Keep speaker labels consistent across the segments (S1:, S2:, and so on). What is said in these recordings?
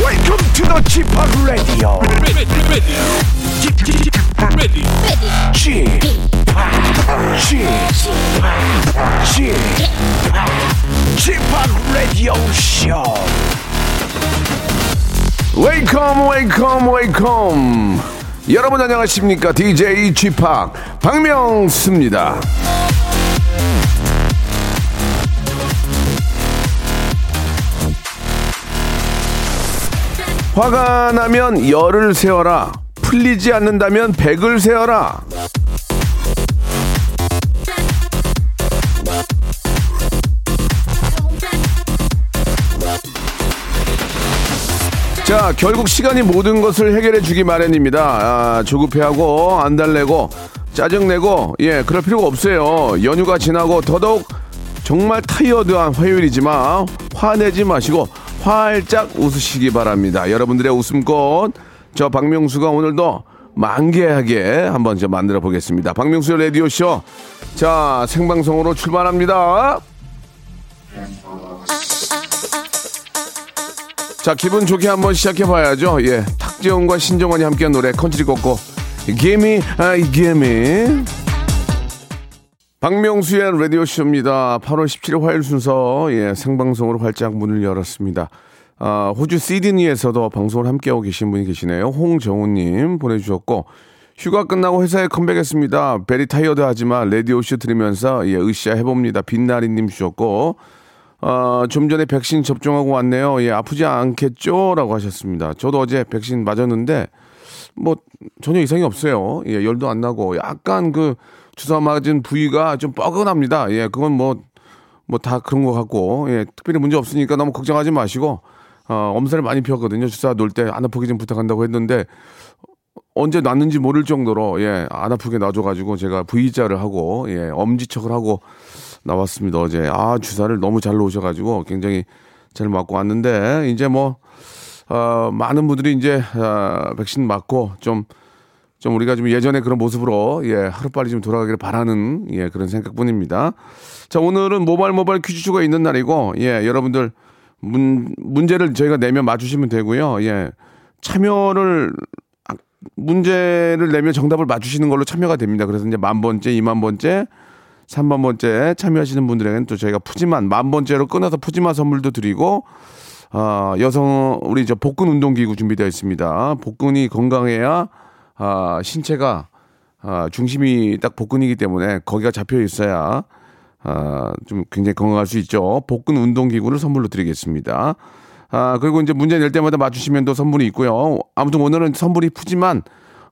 S1: Welcome to the Chip Radio.
S2: ready, ready, ready, ready.
S1: Chip, Chip, Chip, Chip Radio Show.
S3: 웨이컴 웨이컴 웨이컴 여러분 안녕하십니까 DJ 쥐팍 박명수입니다 화가 나면 열을 세워라 풀리지 않는다면 백을 세워라 자, 결국 시간이 모든 것을 해결해 주기 마련입니다. 아, 조급해하고, 안달내고, 짜증내고, 예, 그럴 필요가 없어요. 연휴가 지나고, 더더욱 정말 타이어드한 화요일이지만, 화내지 마시고, 활짝 웃으시기 바랍니다. 여러분들의 웃음꽃, 저 박명수가 오늘도 만개하게 한번 저 만들어 보겠습니다. 박명수의 라디오쇼. 자, 생방송으로 출발합니다. 자 기분 좋게 한번 시작해봐야죠 예 탁재훈과 신정원이 함께한 노래 컨트리 걷고 Gimme I Gimme 박명수의 라디오쇼입니다 8월 17일 화요일 순서 예 생방송으로 활짝 문을 열었습니다 아, 호주 시드니에서도 방송을 함께하고 계신 분이 계시네요 홍정우님 보내주셨고 휴가 끝나고 회사에 컴백했습니다 베리 타이어드 하지만 라디오쇼 들으면서 예 으쌰 해봅니다 빛나리님 주셨고 어, 좀 전에 백신 접종하고 왔네요. 예, 아프지 않겠죠? 라고 하셨습니다. 저도 어제 백신 맞았는데, 뭐, 전혀 이상이 없어요. 예, 열도 안 나고, 약간 그 주사 맞은 부위가 좀 뻐근합니다. 예, 그건 뭐, 뭐 다 그런 것 같고, 예, 특별히 문제 없으니까 너무 걱정하지 마시고, 어, 엄살을 많이 피웠거든요. 주사 놓을 때 안 아프게 좀 부탁한다고 했는데, 언제 놨는지 모를 정도로, 예, 안 아프게 놔줘가지고 제가 V자를 하고, 예, 엄지척을 하고, 나왔습니다 어제 아 주사를 너무 잘 놓으셔가지고 굉장히 잘 맞고 왔는데 이제 뭐 어, 많은 분들이 이제 아, 백신 맞고 좀 좀 우리가 좀 예전의 그런 모습으로 예 하루빨리 좀 돌아가기를 바라는 예 그런 생각뿐입니다. 자 오늘은 모발 모발 퀴즈쇼가 있는 날이고 예 여러분들 문 문제를 저희가 내면 맞추시면 되고요. 예 참여를 아, 문제를 내면 정답을 맞추시는 걸로 참여가 됩니다. 그래서 이제 만 번째, 이만 번째, 3만 번째 참여하시는 분들에게는 또 저희가 푸짐한 만 번째로 끊어서 푸짐한 선물도 드리고 아, 여성 우리 저 복근 운동 기구 준비되어 있습니다. 복근이 건강해야 아, 신체가 아, 중심이 딱 복근이기 때문에 거기가 잡혀 있어야 아, 좀 굉장히 건강할 수 있죠. 복근 운동 기구를 선물로 드리겠습니다. 아, 그리고 이제 문제 낼 때마다 맞추시면 또 선물이 있고요. 아무튼 오늘은 선물이 푸지만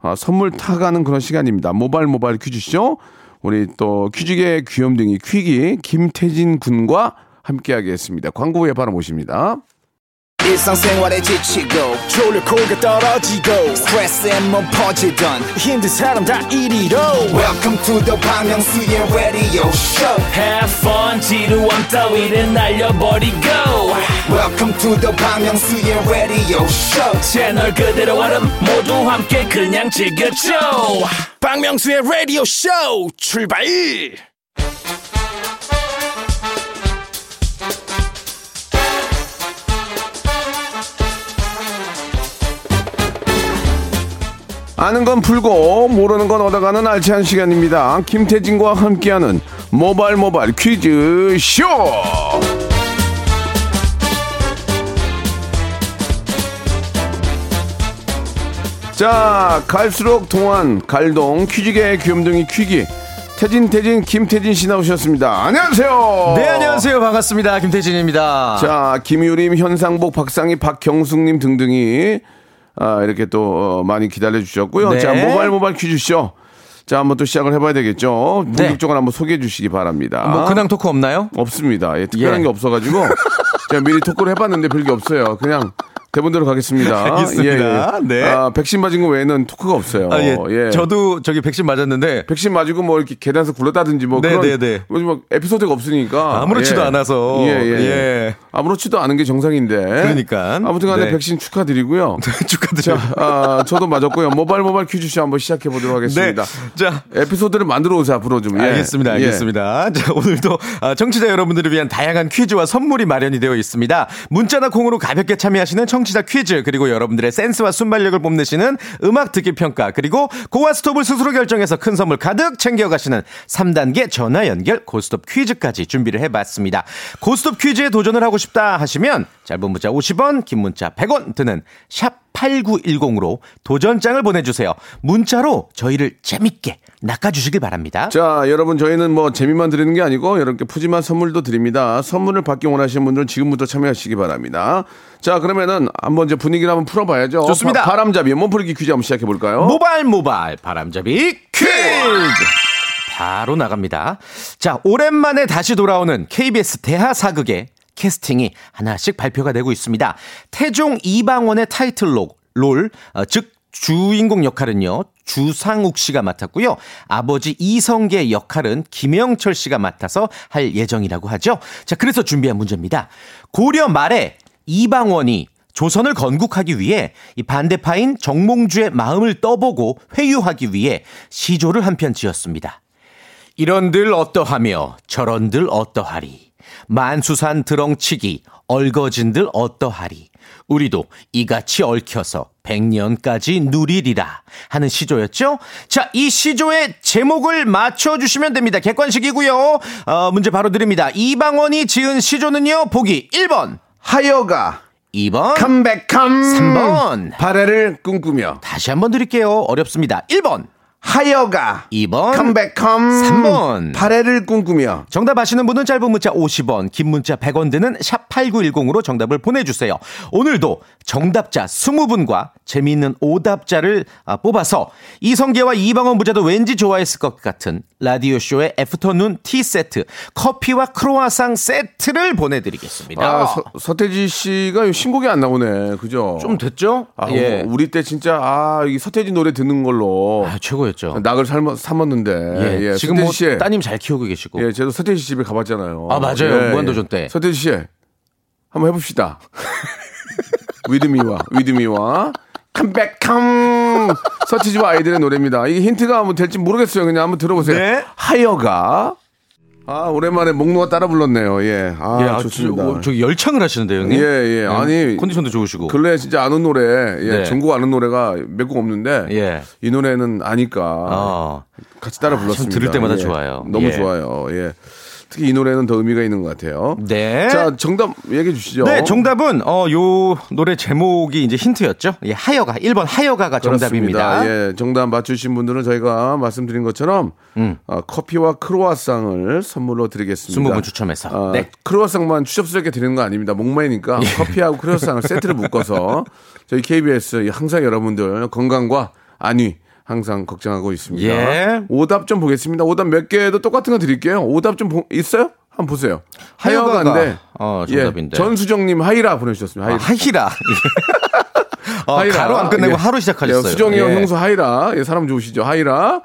S3: 아, 선물 타가는 그런 시간입니다. 모발 모발 퀴즈쇼. 우리 또 퀴즈계 귀염둥이 퀴기 김태진 군과 함께하겠습니다. 광고 후에 바로 모십니다.
S4: 일상생활에 지치고, 졸려 코가 떨어지고, 스트레스에 몸 퍼지던, 힘든 사람 다 이리로. welcome to the Bang Myung-soo's radio show
S5: Have fun 지루함 따위를 날려버리고
S4: welcome to the Bang Myung-soo's radio show
S5: 채널 그대로 와름 모두 함께 그냥 즐겨줘
S2: 박명수의 라디오 쇼 출발!
S3: 아는 건 풀고 모르는 건 얻어가는 알찬 시간입니다. 김태진과 함께하는 모발 모발 퀴즈 쇼. 자 갈수록 동안 갈동 퀴즈계의 귀염둥이 퀴기 태진 태진 김태진 씨 나오셨습니다. 안녕하세요.
S6: 네, 안녕하세요. 반갑습니다. 김태진입니다.
S3: 자, 김유림, 현상복, 박상희, 박경숙님 등등이 아, 이렇게 또 어, 많이 기다려 주셨고요.
S6: 네.
S3: 자, 모발 모발 퀴즈쇼. 자, 한번 또 시작을 해봐야 되겠죠.
S6: 네.
S3: 본격적으로 한번 소개해 주시기 바랍니다.
S6: 뭐 근황 토크 없나요?
S3: 없습니다. 예, 특별한
S6: 예.
S3: 게 없어가지고 제가 미리 토크를 해봤는데 별게 없어요. 그냥 대본대로 가겠습니다.
S6: 알겠습니다. 네.
S3: 아, 백신 맞은 거 외에는 토크가 없어요.
S6: 아, 예.
S3: 예.
S6: 저도 저기 백신 맞았는데
S3: 백신 맞고 뭐 이렇게 계단에서 굴렀다든지 뭐
S6: 네,
S3: 그런
S6: 네, 네.
S3: 뭐막 에피소드가 없으니까
S6: 아무렇지도 않아서.
S3: 예, 예.
S6: 예.
S3: 아무렇지도 않은 게 정상인데
S6: 그러니까.
S3: 아무튼간에
S6: 네.
S3: 백신 축하드리고요. 자,
S6: 축하드립니다.
S3: 아, 저도 맞았고요. 모발 모발 퀴즈쇼 한번 시작해 보도록
S6: 네.
S3: 하겠습니다.
S6: 자,
S3: 에피소드를 만들어 오세요 앞으로 좀. 예.
S6: 알겠습니다.
S3: 예.
S6: 알겠습니다. 자, 오늘도 아, 청취자 여러분들을 위한 다양한 퀴즈와 선물이 마련이 되어 있습니다. 문자나 콩으로 가볍게 참여하시는 청취자 퀴즈 그리고 여러분들의 센스와 순발력을 뽐내시는 음악 듣기 평가 그리고 고와 스톱을 스스로 결정해서 큰 선물 가득 챙겨가시는 3단계 전화 연결 고스톱 퀴즈까지 준비를 해봤습니다. 고스톱 퀴즈에 도전을 하고 싶다 하시면 짧은 문자 50원, 긴 문자 100원 드는 샵 8910으로 도전장을 보내주세요. 문자로 저희를 재밌게 낚아주시길 바랍니다.
S3: 자, 여러분 저희는 뭐 재미만 드리는 게 아니고 여러분께 푸짐한 선물도 드립니다. 선물을 받기 원하시는 분들은 지금부터 참여하시기 바랍니다. 자, 그러면은 한번 이제 분위기를 한번 풀어봐야죠.
S6: 좋습니다.
S3: 바, 람잡이 몸풀기 퀴즈 한번 시작해 볼까요?
S6: 모발 모발 바람잡이 퀴즈 바로 나갑니다. 자 오랜만에 다시 돌아오는 KBS 대하 사극의 캐스팅이 하나씩 발표가 되고 있습니다. 태종 이방원의 타이틀곡 롤, 어, 즉 주인공 역할은요 주상욱 씨가 맡았고요 아버지 이성계 역할은 김영철 씨가 맡아서 할 예정이라고 하죠. 자 그래서 준비한 문제입니다. 고려 말에 이방원이 조선을 건국하기 위해 이 반대파인 정몽주의 마음을 떠보고 회유하기 위해 시조를 한 편 지었습니다. 이런들 어떠하며 저런들 어떠하리 만수산 드렁치기 얼거진들 어떠하리 우리도 이같이 얽혀서 백년까지 누리리라 하는 시조였죠. 자, 이 시조의 제목을 맞춰 주시면 됩니다. 객관식이고요. 어, 문제 바로 드립니다. 이방원이 지은 시조는요. 보기 1번,
S3: 하여가
S6: 2번,
S3: 컴백함
S6: 3번.
S3: 발해를 꿈꾸며
S6: 다시 한번 드릴게요. 어렵습니다. 1번,
S3: 하여가
S6: 2번,
S3: 컴백함
S6: 삼 번.
S3: 발해를 꿈꾸며
S6: 정답 아시는 분은 짧은 문자 50원, 긴 문자 100원 드는 샵 8910으로 정답을 보내주세요. 오늘도 정답자 20분과 재미있는 오답자를 아, 뽑아서 이성계와 이방원 부자도 왠지 좋아했을 것 같은 라디오쇼의 애프터눈 티 세트, 커피와 크로아상 세트를 보내드리겠습니다.
S3: 아, 서, 서태지 씨가 신곡이 안 나오네. 그죠?
S6: 좀 됐죠?
S3: 아,
S6: 예.
S3: 우리 때 진짜 아, 이 서태지 노래 듣는 걸로
S6: 아, 최고였죠.
S3: 낙을 삶아, 삼았는데.
S6: 예,
S3: 예,
S6: 지금 뭐
S3: 서태지 씨의-
S6: 따님 잘 키우고 계시고.
S3: 예, 저도 서태지 씨 집에 가봤잖아요. 예,
S6: 아, 맞아요. 무한도전 때.
S3: 서태지 씨, 한번 해봅시다. 위드미와, 위드미와. 컴백컴 서태지와 아이들의 노래입니다. 이게 힌트가 뭐 될지 모르겠어요. 그냥 한번 들어보세요.
S6: 네.
S3: 하여가. 아, 오랜만에 목노가 따라 불렀네요. 예. 아,
S6: 예, 아,
S3: 좋습니다.
S6: 저, 기 열창을 하시는데요, 형님.
S3: 예, 예. 아니.
S6: 컨디션도 좋으시고.
S3: 근래 진짜 아는 노래, 예,
S6: 네.
S3: 전국 아는 노래가 몇 곡 없는데,
S6: 예.
S3: 이 노래는 아니까
S6: 아.
S3: 같이 따라 불렀습니다.
S6: 들을 때마다
S3: 예.
S6: 좋아요.
S3: 너무
S6: 예.
S3: 좋아요. 예. 특히 이 노래는 더 의미가 있는 것 같아요.
S6: 네.
S3: 자, 정답 얘기해 주시죠.
S6: 네, 정답은 어, 요 노래 제목이 이제 힌트였죠. 예, 하여가 1번 하여가가
S3: 그렇습니다.
S6: 정답입니다.
S3: 예, 정답 맞추신 분들은 저희가 말씀드린 것처럼
S6: 음.
S3: 어, 커피와 크로아상을 선물로 드리겠습니다.
S6: 20분 추첨해서.
S3: 아,
S6: 네. 예.
S3: 크로아상만 추접스럽게 드리는 거 아닙니다. 목마이니까 커피하고 크로아상을 세트를 묶어서 저희 KBS 항상 여러분들 건강과 안위 항상 걱정하고 있습니다.
S6: 예.
S3: 오답 좀 보겠습니다. 오답 몇 개도 똑같은 거 드릴게요. 오답 좀 보- 있어요? 한번 보세요.
S6: 하여가가,
S3: 하여가인데
S6: 어,
S3: 예,
S6: 정답인데.
S3: 전수정님 하이라 보내주셨습니다. 하이라.
S6: 아, 하이라. 어,
S3: 하이라.
S6: 가로 안 끝내고
S3: 예.
S6: 하루 시작하셨어요.
S3: 예, 수정이 형
S6: 예.
S3: 형수 하이라. 예, 사람 좋으시죠. 하이라.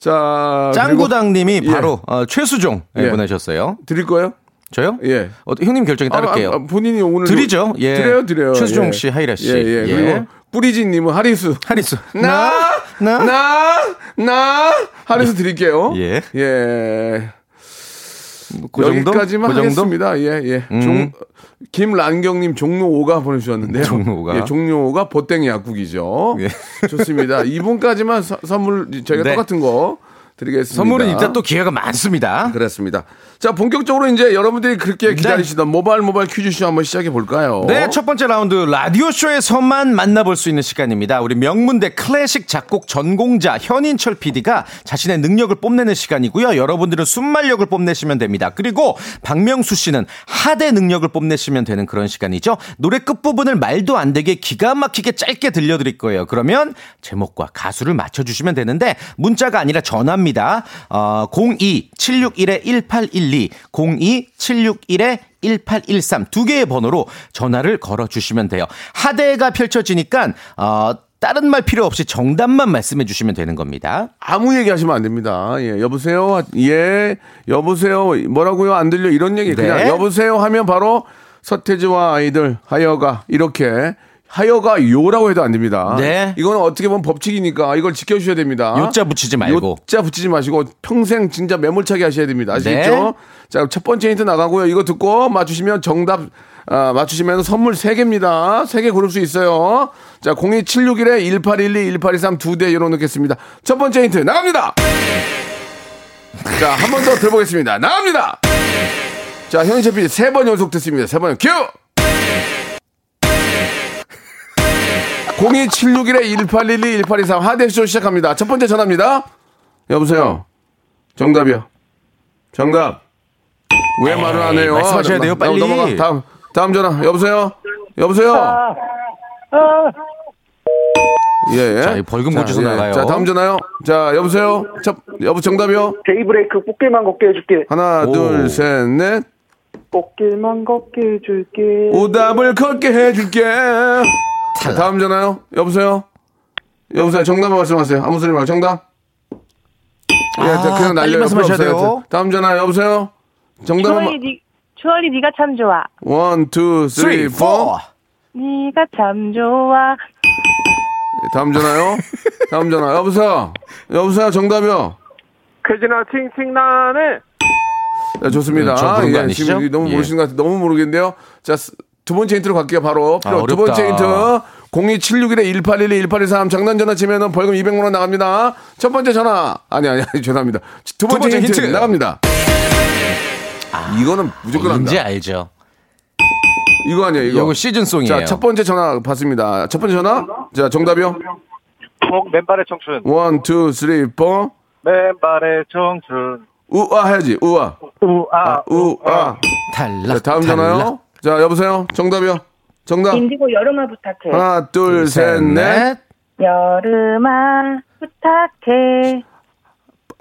S3: 자.
S6: 짱구당님이
S3: 아, 그리고-
S6: 바로 어, 최수종 예,
S3: 예.
S6: 보내셨어요.
S3: 그리고 드릴 거예요?
S6: 저요?
S3: 예.
S6: 어, 형님 결정에 따를게요.
S3: 아, 아, 본인이 오늘
S6: 드리죠. 예.
S3: 드려요, 드려요.
S6: 최수종
S3: 예.
S6: 씨, 하이라 씨.
S3: 예, 예.
S6: 예.
S3: 그리고 뿌리진님은 하리수.
S6: 하리수.
S3: 나, 나, 나, 나. 하리수 드릴게요.
S6: 예.
S3: 예.
S6: 그 정도?
S3: 여기까지만
S6: 그 정도? 음.
S3: 하겠습니다. 예, 예. 종, 김란경님 종로오가 보내주셨는데요.
S6: 종로오가. 예.
S3: 예, 종로오가 보땡 약국이죠. 좋습니다. 이분까지만 서- 선물 저희가
S6: 네.
S3: 똑같은 거 드리겠습니다.
S6: 선물은 이따 또 기회가 많습니다.
S3: 그렇습니다. 자, 본격적으로 이제 여러분들이 그렇게 기다리시던 모바일 모바일 퀴즈쇼 한번 시작해 볼까요?
S6: 네, 첫 번째 라운드 라디오쇼에서만 만나볼 수 있는 시간입니다. 우리 명문대 클래식 작곡 전공자 현인철 PD가 자신의 능력을 뽐내는 시간이고요. 여러분들은 순발력을 뽐내시면 됩니다. 그리고 박명수 씨는 하대 능력을 뽐내시면 되는 그런 시간이죠. 노래 끝부분을 말도 안 되게 기가 막히게 짧게 들려드릴 거예요. 그러면 제목과 가수를 맞춰주시면 되는데 문자가 아니라 전화입니다. 어, 02761-1812, 02761-1812 1813 두 개의 번호로 전화를 걸어 주시면 돼요. 하대가 펼쳐지니까 어, 다른 말 필요 없이 정답만 말씀해 주시면 되는 겁니다.
S3: 아무 얘기 하시면 안 됩니다. 예, 여보세요? 예, 여보세요? 뭐라고요? 안 들려? 이런 얘기.
S6: 네.
S3: 그냥 여보세요? 하면 바로 서태지와 아이들, 하여가 이렇게 하여가 요라고 해도 안 됩니다.
S6: 네.
S3: 이건 어떻게 보면 법칙이니까 이걸 지켜주셔야 됩니다.
S6: 요자 붙이지 말고.
S3: 요자 붙이지 마시고 평생 진짜 매몰차게 하셔야 됩니다. 아시겠죠?
S6: 네.
S3: 자, 첫 번째 힌트 나가고요. 이거 듣고 맞추시면 정답, 아, 맞추시면 선물 3개입니다. 3개 고를 수 있어요. 자, 02761에 1812, 1823 두 대 열어놓겠습니다. 첫 번째 힌트 나갑니다! 자, 한 번 더 들어보겠습니다. 나갑니다! 자, 현희 셰피 세번 연속 듣습니다. 세 번, 큐! 02761-1812, 1823 하대쇼 시작합니다. 첫 번째 전화입니다. 여보세요. 정답이요. 정답. 왜 말을 안 해요?
S6: 말씀하셔야 돼요,
S3: 넘- 넘-
S6: 빨리.
S3: 넘어가. 다음, 다음 전화. 여보세요? 여보세요? 예, 예.
S6: 자, 이 벌금 고지서 나가요.
S3: 자, 다음 전화요. 자, 여보세요? 첫, 여보, 정답이요?
S7: 데이브레이크 꽃길만 걷게 해줄게.
S6: 아.
S3: 하나,
S6: 오.
S3: 둘, 셋, 넷.
S7: 꽃길만 걷게 해줄게.
S3: 오답을 걷게 해줄게. 자, 다음 전화요. 여보세요. 여보세요. 정답 말씀하세요. 아무 소리 말고 정답. 예, 자, 그냥
S6: 아, 빨리
S3: 날려
S6: 말씀하셔야 돼요.
S3: 다음 전화 여보세요. 정답
S8: 주얼이
S3: 한번.
S8: 니 주얼이 네가 참 좋아.
S3: 원, 투, 쓰리, 포.
S8: 네가 참 좋아.
S3: 예, 다음 전화요. 다음 전화. 여보세요. 여보세요. 정답이요.
S7: 그지나 칭칭 나네.
S3: 네, 좋습니다.
S6: 네, 저 그런 거
S3: 예,
S6: 아니시죠?
S3: 지금 너무
S6: 예.
S3: 모르시는 것 같아. 너무 모르겠는데요. 자, 스- 두 번째 힌트로 갈게요, 바로.
S6: 아,
S3: 필요- 두
S6: 어렵다.
S3: 번째 힌트. 02761-1812, 1813. 장난 전화 치면은 벌금 200만원 나갑니다. 첫 번째 전화. 아니, 아니, 아니, 죄송합니다. 두 번째,
S6: 번째
S3: 힌트,
S6: 힌트. 아,
S3: 나갑니다. 이거는 무조건
S6: 뭔지
S3: 한다.
S6: 알죠.
S3: 이거 아니에요, 이거.
S6: 이거 시즌송이에요.
S3: 자, 첫 번째 전화 받습니다. 첫 번째 전화. 자, 정답이요.
S7: 꼭 어, 맨발의 청춘.
S3: 원, 투, 쓰리, 포.
S7: 맨발의 청춘.
S3: 우아 해야지, 우아.
S7: 우아.
S3: 우아.
S6: 탈락.
S3: 자, 다음
S6: 탈락.
S3: 전화요. 자, 여보세요. 정답이요. 정답.
S8: 인디고 여름아 부탁해.
S3: 하나, 둘, 셋,
S6: 셋,
S3: 넷.
S6: 넷.
S8: 여름아 부탁해.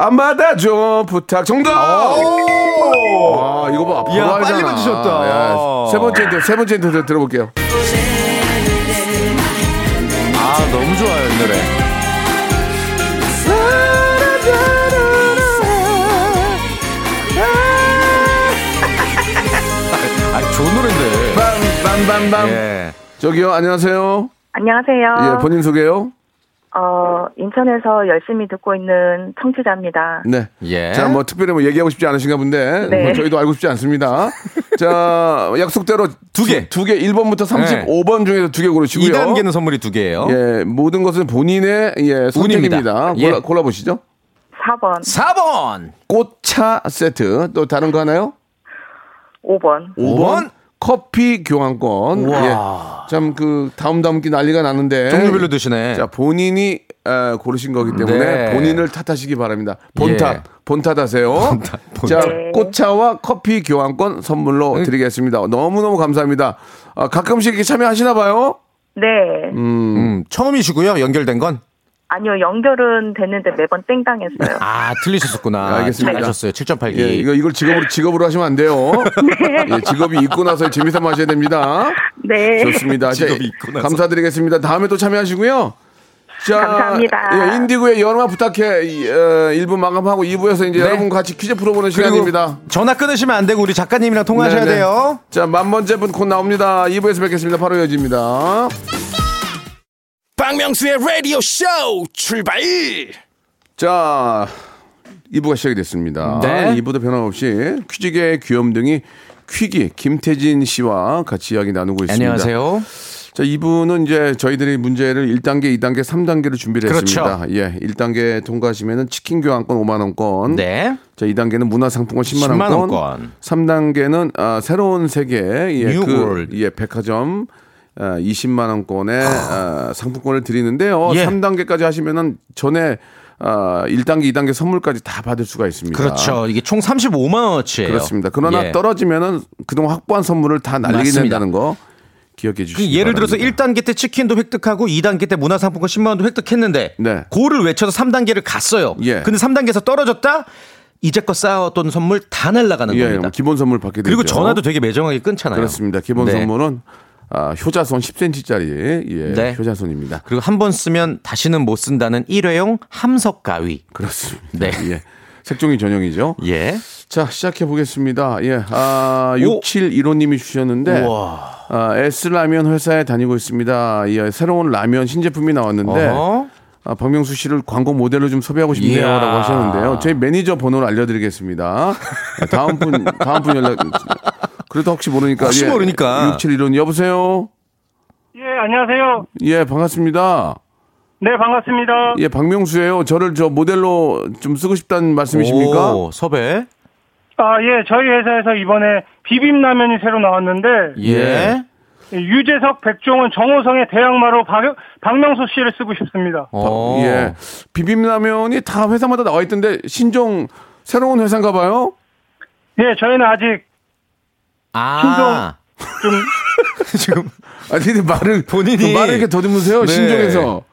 S3: 안 받아줘 부탁 정답. 아 이거 봐.
S6: 이야,
S3: 바로 알잖아.
S6: 빨리 맞추셨다.
S3: 예, 세 번째 힌트, 세 번째 힌트 들어볼게요.
S6: 아, 너무 좋아요, 이 노래. 아, 좋은 노래인데.
S3: 빰빰빰빰.
S6: 예.
S3: 저기요 안녕하세요.
S8: 안녕하세요.
S3: 예 본인 소개요.
S8: 어 인천에서 열심히 듣고 있는 청취자입니다.
S3: 네.
S6: 예.
S3: 자 뭐 특별히 뭐 얘기하고 싶지 않으신가 본데
S8: 네.
S3: 뭐 저희도 알고 싶지 않습니다. 자 약속대로
S6: 두 개.
S3: 두개 1번부터 35번 중에서 두 개 고르시고요.
S6: 2단계는 선물이 두 개예요.
S3: 예 모든 것은 본인의 예 선택입니다.
S6: 운입니다.
S3: 골라
S6: 어? 예.
S3: 골라 보시죠.
S8: 4번,
S6: 4번.
S3: 꽃차 세트 또 다른 거 하나요?
S8: 5번.
S3: 5번 커피 교환권.
S6: 우와.
S3: 예. 참 그 다음 다음 기 난리가 나는데.
S6: 종류별로 드시네.
S3: 자 본인이 에, 고르신 거기 때문에
S6: 네.
S3: 본인을 탓하시기 바랍니다.
S6: 예.
S3: 본탓 본탓하세요.
S6: 본탓.
S3: 자 꽃차와 커피 교환권 선물로 드리겠습니다. 너무 너무 감사합니다. 아, 가끔씩 이렇게 참여하시나 봐요.
S8: 네.
S6: 음, 처음이시고요. 연결된 건?
S8: 아니요 연결은 됐는데 매번 땡당했어요.
S6: 아, 틀리셨었구나.
S3: 네, 알겠습니다.
S6: 잘하셨어요. 7.8기.
S3: 예, 이거 이걸 직업으로 직업으로 하시면 안 돼요. 예, 직업이 있고 나서 재미삼아 하셔야 됩니다.
S8: 네.
S3: 좋습니다. 자,
S6: 직업이 있고 나서.
S3: 감사드리겠습니다. 다음에 또 참여하시고요. 자,
S8: 감사합니다.
S3: 예, 인디고의 연화 부탁해. 이, 어, 1부 마감하고 2부에서 이제 여러분 같이 퀴즈 풀어보는
S6: 네. 그리고
S3: 시간입니다.
S6: 전화 끊으시면 안 되고 우리 작가님이랑 통화하셔야
S3: 네네.
S6: 돼요.
S3: 자, 만 번째 분 곧 나옵니다. 2부에서 뵙겠습니다. 바로 이어집니다.
S2: 박명수의 라디오 쇼 출발
S3: 자, 2부가 시작이 됐습니다.
S6: 네.
S3: 2부도 변함없이 퀴즈계의 귀염둥이 퀴기 김태진 씨와 같이 이야기 나누고 있습니다.
S6: 안녕하세요.
S3: 자, 이분은 이제 저희들이 문제를 1단계, 2단계, 3단계로 준비를
S6: 그렇죠.
S3: 했습니다. 예. 1단계 통과하시면은 치킨 교환권 5만 원권.
S6: 네.
S3: 자, 2단계는 문화상품권 10만,
S6: 10만
S3: 원권.
S6: 원권.
S3: 3단계는 아, 새로운 세계 예,
S6: New
S3: 그,
S6: World.
S3: 예, 백화점 아, 20만 원권의 아, 상품권을 드리는데요.
S6: 예.
S3: 3단계까지 하시면은 전에 아, 1단계, 2단계 선물까지 다 받을 수가 있습니다.
S6: 그렇죠. 이게 총 35만 원어치예요.
S3: 그렇습니다. 그러나
S6: 예.
S3: 떨어지면은 그동안 확보한 선물을 다 날리게
S6: 맞습니다.
S3: 된다는 거 기억해
S6: 그
S3: 주시기
S6: 예를 들어서
S3: 바랍니다.
S6: 1단계 때 치킨도 획득하고 2단계 때 문화상품권 10만 원도 획득했는데
S3: 네.
S6: 고를 외쳐서 3단계를 갔어요.
S3: 예.
S6: 근데 3단계에서 떨어졌다. 이제껏 쌓아왔던 선물 다 날아가는
S3: 예,
S6: 겁니다.
S3: 뭐 기본 선물 받게 되죠.
S6: 그리고 전화도 되게 매정하게 끊잖아요.
S3: 그렇습니다. 기본
S6: 네.
S3: 선물은 아, 효자손 10cm짜리 예,
S6: 네.
S3: 효자손입니다.
S6: 그리고 한 번 쓰면 다시는 못 쓴다는 일회용 함석 가위.
S3: 그렇습니다.
S6: 네.
S3: 예. 색종이 전형이죠.
S6: 예.
S3: 자, 시작해 보겠습니다. 예. 아,
S6: 오.
S3: 6715님이 주셨는데, 아, S라면 회사에 다니고 있습니다. 예, 새로운 라면 신제품이 나왔는데,
S6: 어허.
S3: 아, 박명수 씨를 광고 모델로 좀 섭외하고 싶네요.
S6: 이야.
S3: 라고 하셨는데요. 저희 매니저 번호를 알려드리겠습니다. 네, 다음 분, 다음 분 연락. 그래도 혹시 모르니까.
S6: 혹시 모르니까.
S3: 6715님, 여보세요?
S7: 예, 안녕하세요.
S3: 예, 반갑습니다.
S7: 네, 반갑습니다.
S3: 예, 박명수예요. 저를 저 모델로 좀 쓰고 싶다는 말씀이십니까?
S6: 오, 섭외.
S7: 아, 예, 저희 회사에서 이번에 비빔라면이 새로 나왔는데,
S6: 예.
S3: 예.
S7: 유재석, 백종원, 정호성의 대항마로 박, 박명수 씨를 쓰고 싶습니다.
S6: 어.
S3: 예. 비빔라면이 다 회사마다 나와 있던데 신종 새로운 회사인가 봐요?
S7: 예, 저희는 아직
S6: 아.
S7: 좀,
S6: 지금
S3: 아니, 근데 말을
S6: 본인이-
S3: 말을 이렇게 더듬으세요.
S6: 네.
S3: 신종에서.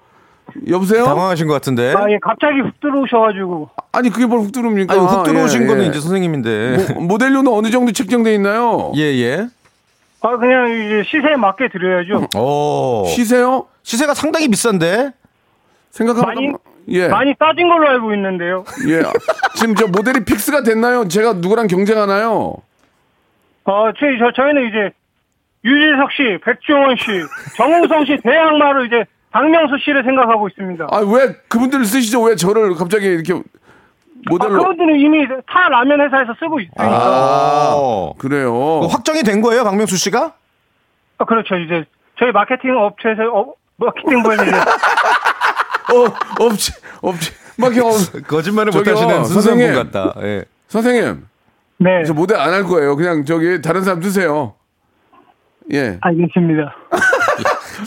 S3: 여보세요?
S6: 당황하신 것 같은데.
S7: 아, 예, 갑자기 훅 들어오셔가지고,
S3: 아니, 그게 뭘훅 들어옵니까?
S6: 아니, 훅 들어오신
S3: 예, 예. 뭐,
S6: 거는 이제 선생님인데.
S3: 모- 모델료는 어느 정도 책정돼 있나요?
S6: 예, 예.
S7: 아, 그냥 이제 시세에 맞게 드려야죠.
S6: 오.
S3: 쉬세요?
S6: 시세가 상당히 비싼데.
S3: 생각하면
S7: 많이-
S3: 예.
S7: 많이 싸진 걸로 알고 있는데요.
S3: 예. 지금 저 모델이 픽스가 됐나요? 제가 누구랑 경쟁하나요?
S7: 어, 저희, 저, 저희는 이제, 유재석 씨, 백종원 씨, 정우성 씨, 대항마로 이제, 박명수 씨를 생각하고 있습니다.
S3: 아, 왜 그분들을 쓰시죠? 왜 저를 갑자기 이렇게
S7: 아,
S3: 모델로 아.
S7: 그분들은 이미 타 라면 회사에서 쓰고 있으니까.
S6: 어.
S3: 그래요.
S6: 그거 확정이 된 거예요, 박명수 씨가?
S7: 아, 그렇죠. 이제 저희 마케팅 업체에서 어, 마케팅부에서 이제
S3: 어, 업체 업체 막 어,
S6: 그 거짓말을
S3: 저기요,
S6: 못하시는 순수한 분
S3: 선생님.
S6: 같다. 예.
S3: 선생님.
S7: 네
S3: 저 모델 안 할 거예요. 그냥 저기 다른 사람 드세요. 예.
S7: 아, 알겠습니다.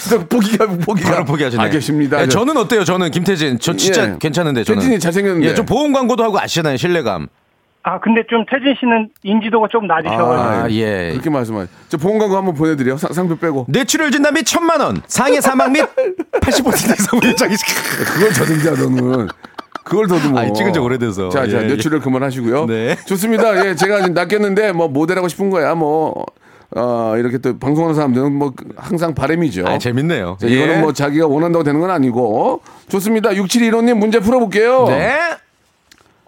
S3: 저 보기가 보기가
S6: 바로 포기하시네.
S3: 아, 계십니다.
S6: 예, 저는 어때요? 저는 김태진. 저 진짜
S3: 예.
S6: 괜찮은데 저는.
S3: 태진이 잘생겼는데.
S6: 예, 좀 보험 광고도 하고 아시잖아요, 신뢰감.
S7: 아 근데 좀 태진 씨는 인지도가 좀 낮으셔가지고
S6: 아, 예.
S3: 그렇게 말씀하세요. 저 보험 광고 한번 보내 드려요. 상표 빼고.
S6: 뇌출혈 진단 및 천만 원, 상해 사망 및 80% 이상 보장이
S3: 그걸 더듬자 너는. 그걸 더듬어.
S6: 아니, 찍은 지 오래돼서.
S3: 자, 자,
S6: 예,
S3: 뇌출을 그만하시고요.
S6: 네.
S3: 좋습니다. 예, 제가 지금 낚였는데 뭐 모델하고 싶은 거야. 뭐 어, 이렇게 또 방송하는 사람들은 뭐 항상 바람이죠.
S6: 아, 재밌네요.
S3: 자, 이거는
S6: 예.
S3: 뭐 자기가 원한다고 되는 건 아니고. 좋습니다. 6715님 문제 풀어볼게요.
S6: 네.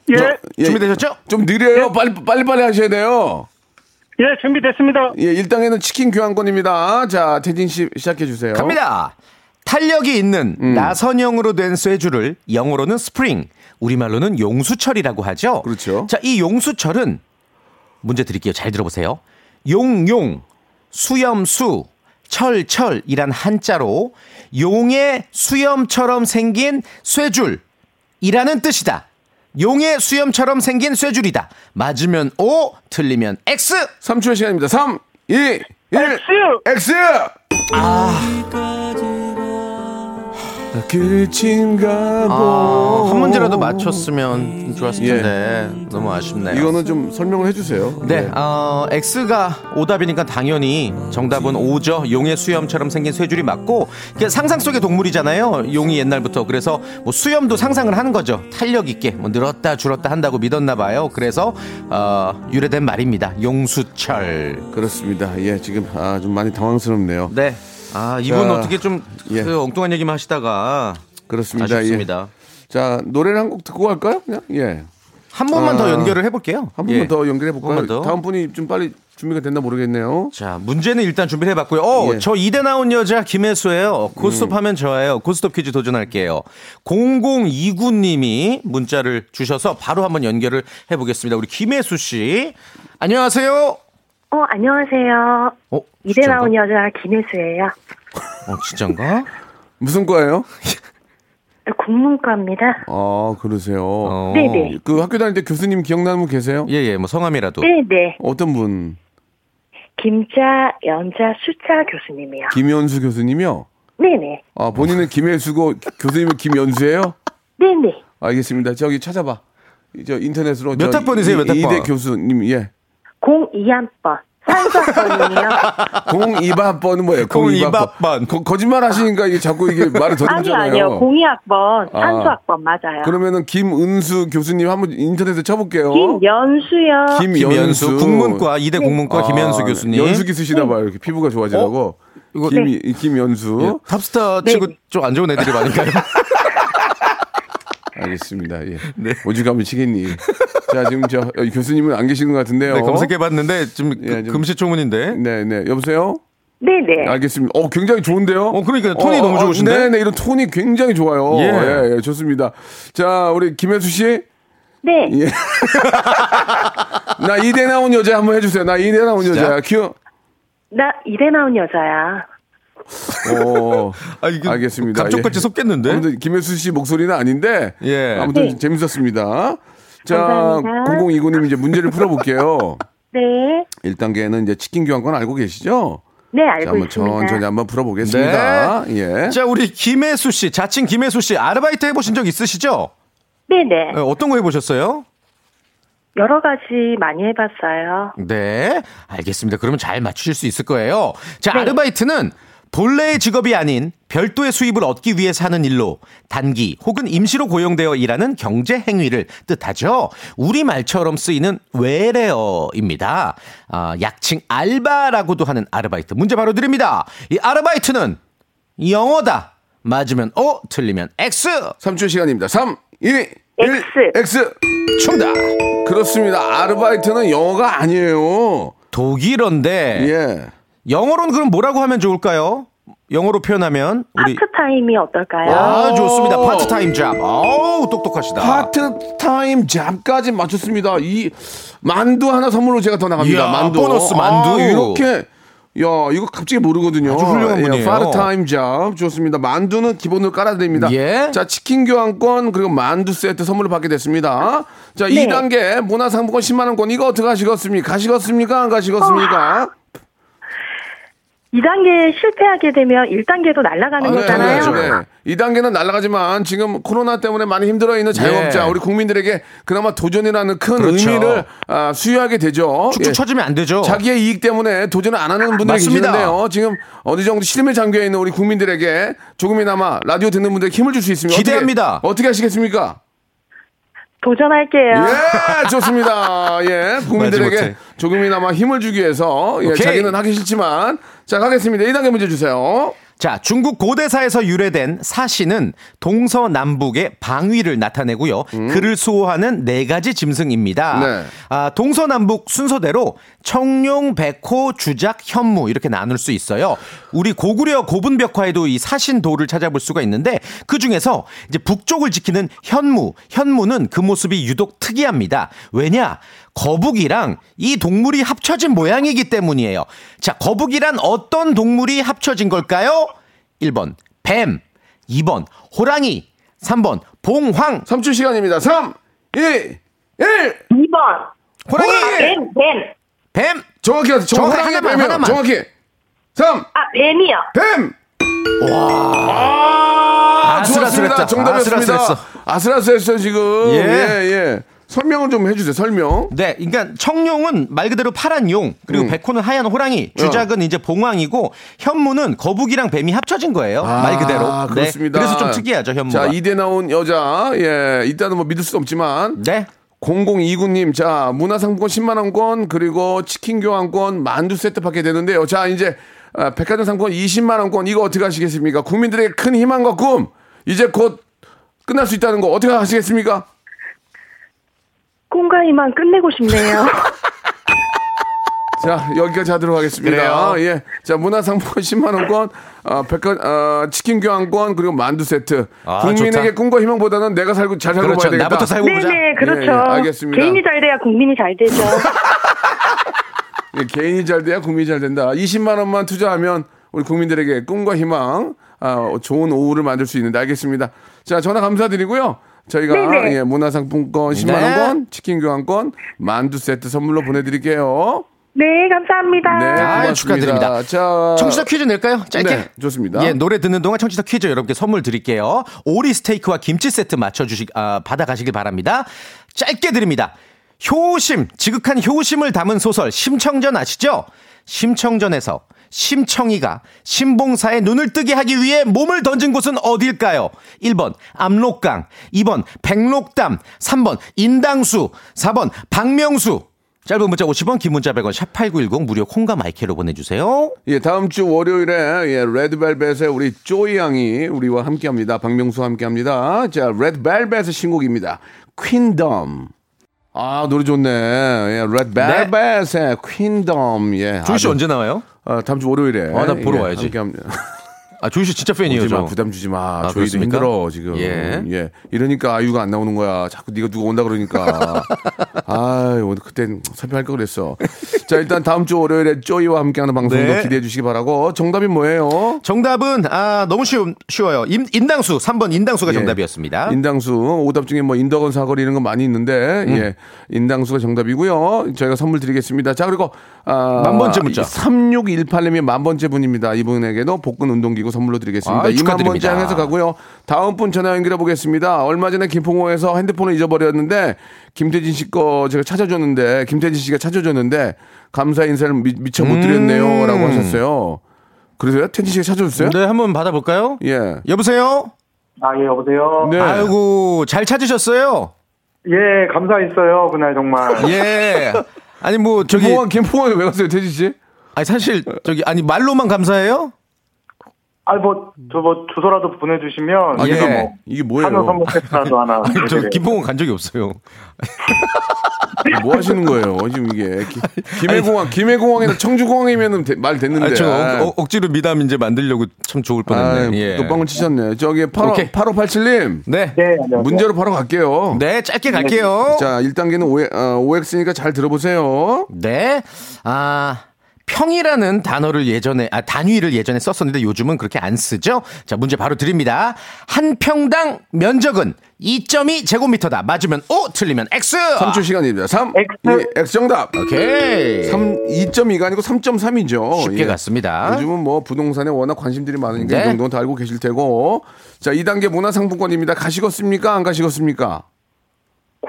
S7: 예,
S3: 예,
S6: 준비되셨죠? 예.
S3: 좀 느려요. 빨리 빨리 빨리 하셔야 돼요.
S7: 예 준비됐습니다.
S3: 예, 일당에는 치킨 교환권입니다. 자, 태진 씨 시작해 주세요.
S6: 갑니다. 탄력이 있는
S3: 음.
S6: 나선형으로 된 쇠줄을 영어로는 스프링, 우리말로는 용수철이라고 하죠.
S3: 그렇죠.
S6: 자, 이 용수철은 문제 드릴게요. 잘 들어보세요. 용용, 수염수, 철철이란 한자로 용의 수염처럼 생긴 쇠줄이라는 뜻이다. 용의 수염처럼 생긴 쇠줄이다. 맞으면 O, 틀리면 X.
S3: 3초의 시간입니다. 3, 2, 1.
S7: 슈!
S3: 엑스!
S6: 아.
S3: 끝인가
S6: 어,
S3: 보.
S6: 한 문제라도 맞췄으면 좋았을
S3: 예.
S6: 텐데 너무 아쉽네요.
S3: 이거는 좀 설명을 해주세요. 예,
S6: 네, 어, X가 오답이니까 당연히 정답은 O죠. 용의 수염처럼 생긴 쇠줄이 맞고 그게 상상 속의 동물이잖아요. 용이 옛날부터 그래서 뭐 수염도 상상을 하는 거죠. 탄력 있게 뭐 늘었다 줄었다 한다고 믿었나 봐요. 그래서 어, 유래된 말입니다. 용수철.
S3: 그렇습니다. 예, 지금 아, 좀 많이 당황스럽네요.
S6: 네. 아 이분
S3: 자,
S6: 어떻게 좀
S3: 예.
S6: 그 엉뚱한 얘기만 하시다가
S3: 그렇습니다.
S6: 아쉽습니다.
S3: 예. 자, 노래를 한 곡 듣고 갈까요? 그냥? 예.
S6: 한 번만 더
S3: 아,
S6: 연결을 해볼게요.
S3: 한 번만
S6: 예.
S3: 더 연결해
S6: 한 번만
S3: 볼까요?
S6: 더.
S3: 다음 분이 좀 빨리 준비가 됐나 모르겠네요.
S6: 자, 문제는 일단 준비를 해봤고요. 어,
S3: 예.
S6: 저 이대 나온 여자 김혜수예요. 고스톱 하면 저예요. 고스톱 퀴즈 도전할게요. 0029님이 문자를 주셔서 바로 한번 연결을 해보겠습니다. 우리 김혜수 씨. 안녕하세요.
S8: 어, 안녕하세요.
S6: 어,
S8: 이대
S6: 진짜인가?
S8: 나온 여자 김혜수예요.
S6: 어, 진짠가?
S3: 무슨 과예요?
S8: 국문과입니다.
S3: 아, 그러세요.
S6: 어.
S8: 네네.
S3: 그 학교 다닐 때 교수님 기억나는 분 계세요?
S6: 예, 예, 뭐 성함이라도.
S8: 네네.
S3: 어떤 분?
S8: 김자, 연자, 수자 교수님이요.
S3: 김현수 교수님이요?
S8: 네네.
S3: 아, 본인은 김혜수고 교수님은 김연수예요?
S8: 네네.
S3: 알겠습니다. 저기 찾아봐. 저 인터넷으로
S6: 몇
S3: 저
S6: 학번이세요, 몇 학번?
S3: 이대 교수님 예.
S8: 02한번. 산수학번이에요.
S3: 02학번은 뭐예요?
S6: 02
S3: 02학번.
S6: 학번.
S3: 거, 거짓말 하시니까 이게 자꾸 이게 말을
S8: 아니요,
S3: 더듬잖아요.
S8: 아니요. 02학번.
S3: 아.
S8: 산수학번 맞아요.
S3: 그러면은 김은수 교수님 한번 인터넷에 쳐볼게요.
S8: 김연수요.
S6: 김연수. 아, 국문과, 이대
S8: 네.
S6: 국문과 김현수 교수님.
S3: 아, 네.
S6: 어?
S3: 연수기 쓰시나 봐요. 이렇게 피부가 좋아지라고. 김,
S8: 네.
S6: 예.
S3: 이- 김연수.
S6: 네, 탑스타 치고 좀 안 좋은 애들이 많은가요?
S3: 알겠습니다. 예.
S6: 네.
S3: 오죽하면 치겠니? 자, 지금 저 어, 교수님은 안 계시는 것 같은데요.
S6: 네, 검색해봤는데 지금 그-
S3: 예, 좀-
S6: 금시초문인데.
S3: 네, 네. 여보세요?
S8: 네네.
S6: 아,
S3: 알겠습니다. 어, 굉장히 좋은데요?
S6: 어, 그러니까요. 톤이 너무 좋으신데?
S3: 네, 네. 이런 톤이 굉장히 좋아요.
S6: 예.
S3: 예, 예, 좋습니다. 자, 우리 김혜수 씨.
S8: 네.
S3: 예. 나 이대 나온 여자 한번 해주세요. 나 이대 나온 여자. 큐.
S8: 나 이래 나온 여자야.
S3: 어,
S6: 아, 이게
S3: 알겠습니다. 예.
S6: 감쪽같이 속겠는데?
S3: 아무튼 김혜수 씨 목소리는 아닌데.
S6: 네? 예.
S3: 아무튼
S8: 네.
S3: 재밌었습니다. 자,
S8: 감사합니다.
S3: 9029님 이제 문제를 풀어볼게요.
S8: 네.
S3: 1단계는 이제 치킨 교환권 알고 계시죠?
S8: 네
S3: 자,
S8: 알고
S3: 한번
S8: 있습니다.
S3: 천천히 한번 풀어보겠습니다. 예.
S6: 네. 자, 우리 김혜수 씨, 자칭 김혜수 씨 아르바이트 해보신 적 있으시죠?
S8: 네네.
S6: 네, 어떤 거 해보셨어요?
S8: 여러 가지 많이 해봤어요.
S6: 네, 알겠습니다. 그러면 잘 맞추실 수 있을 거예요. 자,
S8: 네.
S6: 아르바이트는 본래의 직업이 아닌 별도의 수입을 얻기 위해서 하는 일로 단기 혹은 임시로 고용되어 일하는 경제 행위를 뜻하죠. 우리말처럼 쓰이는 외래어입니다. 아, 약칭 알바라고도 하는 아르바이트. 문제 바로 드립니다. 이 아르바이트는 영어다. 맞으면 O, 틀리면 X.
S3: 3초 시간입니다. 3, 2, 1,
S8: X.
S3: X.
S6: 정답.
S3: 그렇습니다. 아르바이트는 영어가 아니에요.
S6: 독일어인데
S3: 예.
S6: 영어로는 그럼 뭐라고 하면 좋을까요? 영어로 표현하면 우리
S8: 파트타임이 어떨까요?
S6: 아
S3: 오.
S6: 좋습니다 파트타임 잡 어우 똑똑하시다
S3: 파트타임 잡까지 맞췄습니다. 이 만두 하나 선물로 제가 더 나갑니다.
S6: 이야,
S3: 만두.
S6: 보너스 만두.
S3: 아, 이렇게 야, 이거 갑자기 모르거든요. 예,
S6: 아주 훌륭한 분이에요.
S3: 파트타임 잡 좋습니다. 만두는 기본으로 깔아 드립니다.
S6: 예.
S3: 자, 치킨 교환권 그리고 만두 세트 선물을 받게 됐습니다. 자,
S6: 네.
S3: 이 2단계 문화 상품권 10만 원권 이거 어떻게 하시겠습니까? 가시겠습니까? 안 가시겠습니까?
S8: 2단계 실패하게 되면 1단계로 날아가는
S3: 네,
S8: 거잖아요.
S3: 당연하죠. 네. 2단계는 날아가지만 지금 코로나 때문에 많이 힘들어 있는 자영업자
S6: 예.
S3: 우리 국민들에게 그나마 도전이라는 큰
S6: 그렇죠.
S3: 의미를 아, 수여하게 되죠.
S6: 쭉쭉
S3: 예.
S6: 쳐지면 안 되죠
S3: 자기의 이익 때문에 도전을 안 하는 분들이
S6: 맞습니다.
S3: 계시는데요. 지금 어느 정도 시름에 잠겨 있는 우리 국민들에게 조금이나마 라디오 듣는 분들에게 힘을 줄 수 있으면
S6: 기대합니다.
S3: 어떻게, 어떻게 하시겠습니까?
S8: 도전할게요. 아.
S3: 예, 좋습니다. 예,
S6: 말지
S3: 국민들에게
S6: 못해.
S3: 조금이나마 힘을 주기 위해서 예,
S6: 오케이.
S3: 자기는 하기 싫지만 자 가겠습니다. 2단계 문제 주세요.
S6: 자 중국 고대사에서 유래된 사시는 동서남북의 방위를 나타내고요 그를 수호하는 네 가지 짐승입니다
S3: 음. 네.
S6: 아, 동서남북 순서대로 청룡 백호 주작 현무 이렇게 나눌 수 있어요 우리 고구려 고분벽화에도 이 사신도를 찾아볼 수가 있는데 그 중에서 이제 북쪽을 지키는 현무 현무는 그 모습이 유독 특이합니다 왜냐 거북이랑 이 동물이 합쳐진 모양이기 때문이에요. 자, 거북이란 어떤 동물이 합쳐진 걸까요? 1번, 뱀. 2번, 호랑이. 3번, 봉황.
S3: 3초 시간입니다. 3, 2, 1.
S8: 2번.
S6: 호랑이!
S8: 뱀, 뱀.
S6: 뱀!
S3: 정확히 하세요.
S6: 정확히
S3: 정확하게
S6: 하나만,
S3: 뱀이요.
S6: 하나만.
S3: 정확히. 3,
S8: 아, 뱀이요.
S3: 뱀! 아, 좋았습니다.
S6: 아슬아슬했다.
S3: 정답이었습니다.
S6: 아슬아슬했어.
S3: 아슬아슬했어요, 지금.
S6: 예.
S3: 예. 예, 설명을 좀 해주세요, 설명.
S6: 네, 그러니까 청룡은 말 그대로 파란 용, 그리고 백호는 하얀 호랑이, 주작은 이제 봉황이고 현무는 거북이랑 뱀이 합쳐진 거예요. 말 그대로.
S3: 아,
S6: 네,
S3: 그렇습니다.
S6: 그래서 좀 특이하죠, 현무가.
S3: 자, 이대 나온 여자. 예, 일단은 뭐 믿을 수 없지만.
S6: 네.
S3: 0029님, 자, 문화상품권 10만원권, 그리고 치킨 교환권, 만두 세트 받게 되는데요. 자, 이제, 아, 백화점 상품권 20만원권, 이거 어떻게 하시겠습니까? 국민들에게 큰 희망과 꿈, 이제 곧 끝날 수 있다는 거 어떻게 하시겠습니까?
S8: 꿈과 희망 끝내고 싶네요.
S3: 자 여기까지 하도록 하겠습니다.
S6: 그래요.
S3: 아, 예, 자 문화상품권 10만 원권, 아, 백화, 아, 치킨 교환권 그리고 만두 세트.
S6: 아,
S3: 국민에게
S6: 좋다.
S3: 꿈과 희망보다는 내가 살고 잘 살고
S6: 그렇죠.
S3: 봐야 되겠다.
S6: 나부터 살고 보자.
S8: 네네, 그렇죠.
S3: 예, 예, 알겠습니다.
S8: 개인이 잘 돼야 국민이 잘 되죠.
S3: 예, 개인이 잘 돼야 국민이 잘 된다. 20만 원만 투자하면 우리 국민들에게 꿈과 희망, 아, 좋은 오후를 만들 수 있는데 알겠습니다. 자 전화 감사드리고요. 저희가
S8: 네네.
S3: 예, 문화상품권 10만
S6: 네.
S3: 원권, 치킨 교환권, 만두 세트 선물로 보내드릴게요.
S8: 네, 감사합니다.
S3: 네, 고맙습니다.
S6: 아유, 축하드립니다.
S3: 자,
S6: 청취자 퀴즈 낼까요? 짧게?
S3: 네, 좋습니다.
S6: 예, 노래 듣는 동안 청취자 퀴즈 여러분께 선물 드릴게요. 오리 스테이크와 김치 세트 맞춰주시, 아, 받아가시길 바랍니다. 짧게 드립니다. 효심, 지극한 효심을 담은 소설, 심청전 아시죠? 심청전에서 심청이가 신봉사의 눈을 뜨게 하기 위해 몸을 던진 곳은 어딜까요? 1번 압록강, 2번 백록담, 3번 인당수, 4번 박명수. 짧은 문자 50원, 긴 문자 100원, 샵8910 무료 콩과 마이크로 보내주세요.
S3: 예, 다음 주 월요일에 예, 레드벨벳의 우리 쪼이 양이 우리와 함께합니다. 박명수와 함께합니다. 자, 레드벨벳의 신곡입니다. 퀸덤. 아 노래 좋네. 예, 레드벨벳의 퀸덤. 예,
S6: 네. 조이씨
S3: 아주-
S6: 언제 나와요?
S3: 아, 다음 주 월요일에. 예,
S6: 아, 나 보러 와야지.
S3: 함께합니다.
S6: 아, 조이씨 진짜 팬이에요,
S3: 주지 마,
S6: 저.
S3: 부담 주지 마.
S6: 아,
S3: 저희도
S6: 그렇습니까?
S3: 힘들어 지금.
S6: 예.
S3: 예. 이러니까 아유가 안 나오는 거야. 자꾸 네가 누가 온다 그러니까. 아, 오늘 그땐 설명할 걸 그랬어. 자, 일단 다음 주 월요일에 쪼이와 함께하는 방송도
S6: 네.
S3: 기대해 주시기 바라고. 정답이 뭐예요?
S6: 정답은, 아, 너무 쉬운, 쉬워요. 임, 인당수, 3번 인당수가 정답이었습니다.
S3: 예. 인당수 오답 중에 뭐 인덕원 사거리 이런 거 많이 있는데
S6: 음.
S3: 예 인당수가 정답이고요 저희가 선물 드리겠습니다 자 그리고 아,
S6: 만 번째 문자.
S3: 3618님이 만 번째 분입니다 이분에게도 복근 운동기구 선물로 드리겠습니다
S6: 아,
S3: 이만 번째
S6: 축하드립니다.
S3: 향해서 가고요 다음 분 전화 연결해 보겠습니다 얼마 전에 김포공항에서 핸드폰을 잊어버렸는데 김태진 씨 거 제가 찾아줬는데 김태진 씨가 찾아줬는데 감사 인사를 미, 미처 못 드렸네요라고 하셨어요 그러세요 태진 씨가 찾아줬어요
S6: 음. 네, 한번 받아볼까요?
S3: 예
S6: 여보세요?
S7: 아, 예, 여보세요?
S3: 네.
S6: 아이고, 잘 찾으셨어요?
S7: 예, 감사했어요, 그날 정말.
S6: 네. 예. 아니, 뭐, 저기. 예.
S3: 김포항 김포항에 왜 갔어요 태진 씨
S6: 아니, 사실, 저기, 아니, 말로만 감사해요?
S7: 아, 뭐, 저 뭐, 주소라도 보내주시면.
S3: 아,
S6: 예.
S3: 이게, 뭐, 이게
S7: 한우
S3: 뭐예요?
S7: 선물세트라도 하나.
S3: 네.
S6: 저 김포공 간 적이 없어요.
S3: 뭐 하시는 거예요? 지금 이게 기- 김해공항, 김해공항이나 청주공항이면 말 됐는데.
S6: 아니, 저 어, 억, 지로 미담 이제 만들려고 참 좋을
S3: 아,
S6: 뻔했네. 예.
S3: 또 빵을 치셨네. 저기 85,
S6: 오케이.
S3: 8587님
S6: 네.
S7: 네, 안녕하세요.
S3: 문제로 바로 갈게요.
S6: 네, 짧게 갈게요.
S3: 자, 1단계는 o, x 니까잘 들어보세요.
S6: 네. 아, 평이라는 단어를 예전에, 아, 단위를 예전에 썼었는데 요즘은 그렇게 안 쓰죠? 자, 문제 바로 드립니다. 한 평당 면적은 2.2 제곱미터다. 맞으면 O, 틀리면 X!
S3: 3초 시간입니다. 3,
S7: X.
S3: 2, X 정답.
S6: 아. 오케이.
S3: 3, 2.2가 아니고 3.3이죠.
S6: 쉽게 갔습니다.
S3: 요즘은 예. 뭐 부동산에 워낙 관심들이 많으니까
S6: 네.
S3: 이 정도는 다 알고 계실 테고. 자, 2단계 문화상품권입니다. 가시겠습니까? 안 가시겠습니까?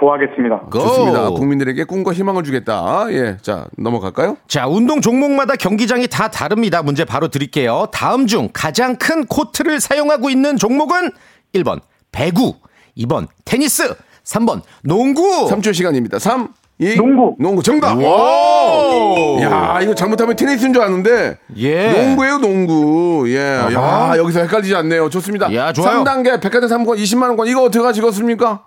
S7: 고하겠습니다.
S6: 고!
S3: 좋습니다. 국민들에게 꿈과 희망을 주겠다. 예. 자, 넘어갈까요?
S6: 자, 운동 종목마다 경기장이 다 다릅니다. 문제 바로 드릴게요. 다음 중 가장 큰 코트를 사용하고 있는 종목은 1번 배구, 2번 테니스, 3번 농구.
S3: 3초 시간입니다. 3, 2,
S7: 농구.
S3: 농구 정답.
S6: 오!
S3: 야, 이거 잘못하면 테니스인 줄 아는데.
S6: 예.
S3: 농구예요, 농구. 예. 야, 여기서 헷갈리지 않네요. 좋습니다.
S6: 야, 좋아요.
S3: 3단계 백화점 상품권 20만 원권 이거 어떻게 가지겠습니까?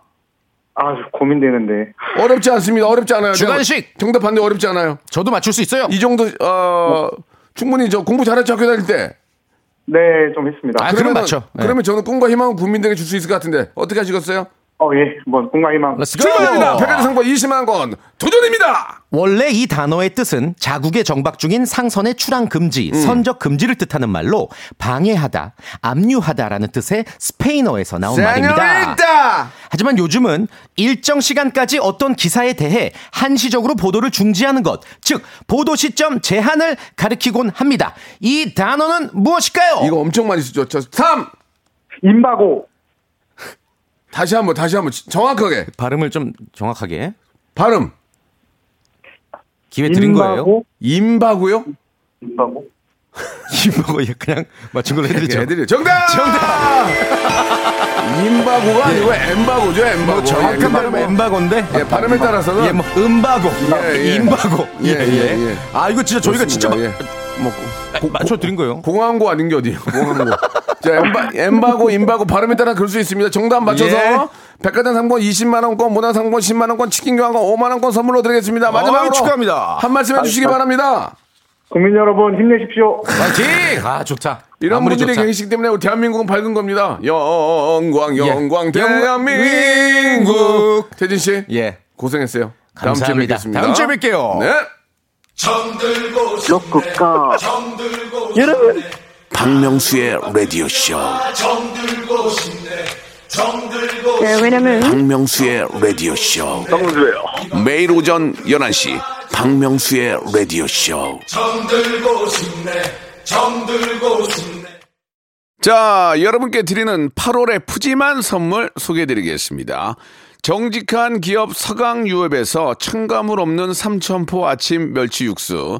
S7: 아, 저 고민되는데.
S3: 어렵지 않습니다. 어렵지 않아요.
S6: 주관식.
S3: 제가 정답 봤는데 어렵지 않아요.
S6: 저도 맞출 수 있어요.
S3: 이 정도 어 충분히 저 공부 잘했죠 학교 다닐 때.
S7: 네, 좀 했습니다.
S6: 아, 그럼 맞죠. 네.
S3: 그러면 저는 꿈과 희망을 국민들에게 줄 수 있을 것 같은데 어떻게 하시겠어요?
S7: 어, 예, 뭐, 공감이만.
S6: 렛츠고!
S3: 출발합니다. 백화점 상품 20만 원권 도전입니다.
S6: 원래 이 단어의 뜻은 자국에 정박 중인 상선의 출항 금지, 선적 금지를 뜻하는 말로 방해하다, 압류하다라는 뜻의 스페인어에서 나온 말입니다.
S3: 세뇨리타!
S6: 하지만 요즘은 일정 시간까지 어떤 기사에 대해 한시적으로 보도를 중지하는 것, 즉 보도 시점 제한을 가리키곤 합니다. 이 단어는 무엇일까요?
S3: 이거 엄청 많이 쓰죠. 저 3.
S7: 임바고.
S3: 다시 한번 다시 한번 지- 정확하게
S6: 발음을 좀 정확하게
S3: 발음.
S6: 기회 드린 거예요.
S3: 임바고요?
S7: 임바고.
S6: 이거 예, 그냥 맞춘 걸로 네, 해드리죠.
S3: 애들이 정답. 정답. 임바고가 아니고 엠바고죠. 엠바고. 예, 그
S6: 예. 그렇죠. 정확한 발음
S3: 뭐-
S6: 엠바고인데
S3: 예, 발음에 따라서는
S6: 어, 예, 뭐 음바고,
S3: 예, 예.
S6: 임바고,
S3: 예, 예, 예.
S6: 아 이거 진짜 저희가 진짜 막,
S3: 그렇습니다. 예. 뭐
S6: 맞춰 드린 거예요.
S3: 공항고 아닌 게 어디예요? 공항고. 자, 엠바, 엠바고, 임바고 발음에 따라 그럴 수 있습니다. 정답 맞춰서
S6: 예.
S3: 백화점 상권 20만 원권, 문화 상권 10만 원권, 치킨 교환권 5만 원권 선물로 드리겠습니다. 마지막으로
S6: 어이, 축하합니다. 아,
S3: 한 말씀 해주시기 바랍니다.
S7: 국민 여러분, 힘내십시오.
S6: 파이팅! 아 좋다.
S3: 이런
S6: 아무리
S3: 분들이
S6: 좋다. 예.
S3: 계시기 때문에 우리 대한민국은 밝은 겁니다. 영광, 영광, 대한민국. 태진 씨,
S6: 예.
S3: 고생했어요. 다음 주에
S6: 감사합니다.
S3: 뵙겠습니다.
S6: 다음 주에 뵐게요.
S3: 네.
S1: 박명수의 라디오 쇼.
S4: 예.
S8: 네, 왜냐면
S1: 박명수의 라디오 쇼. 매일 오전 11시 박명수의 라디오 쇼.
S3: 자, 여러분께 드리는 8월의 푸짐한 선물 소개해드리겠습니다. 정직한 기업 서강유업에서 첨가물 없는 삼천포 아침 멸치 육수,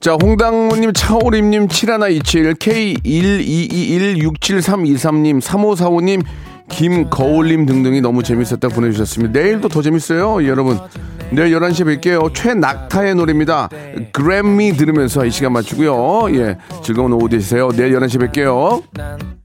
S9: 자, 홍당무님, 차오림님, 7127, K1221-67323님, 3545님, 김거울님 등등이 너무 재밌었다 보내주셨습니다. 내일도 더 재밌어요, 여러분. 내일 11시에 뵐게요. 최낙타의 노래입니다. 그래미 들으면서 이 시간 마치고요. 예, 즐거운 오후 되세요. 내일 11시에 뵐게요.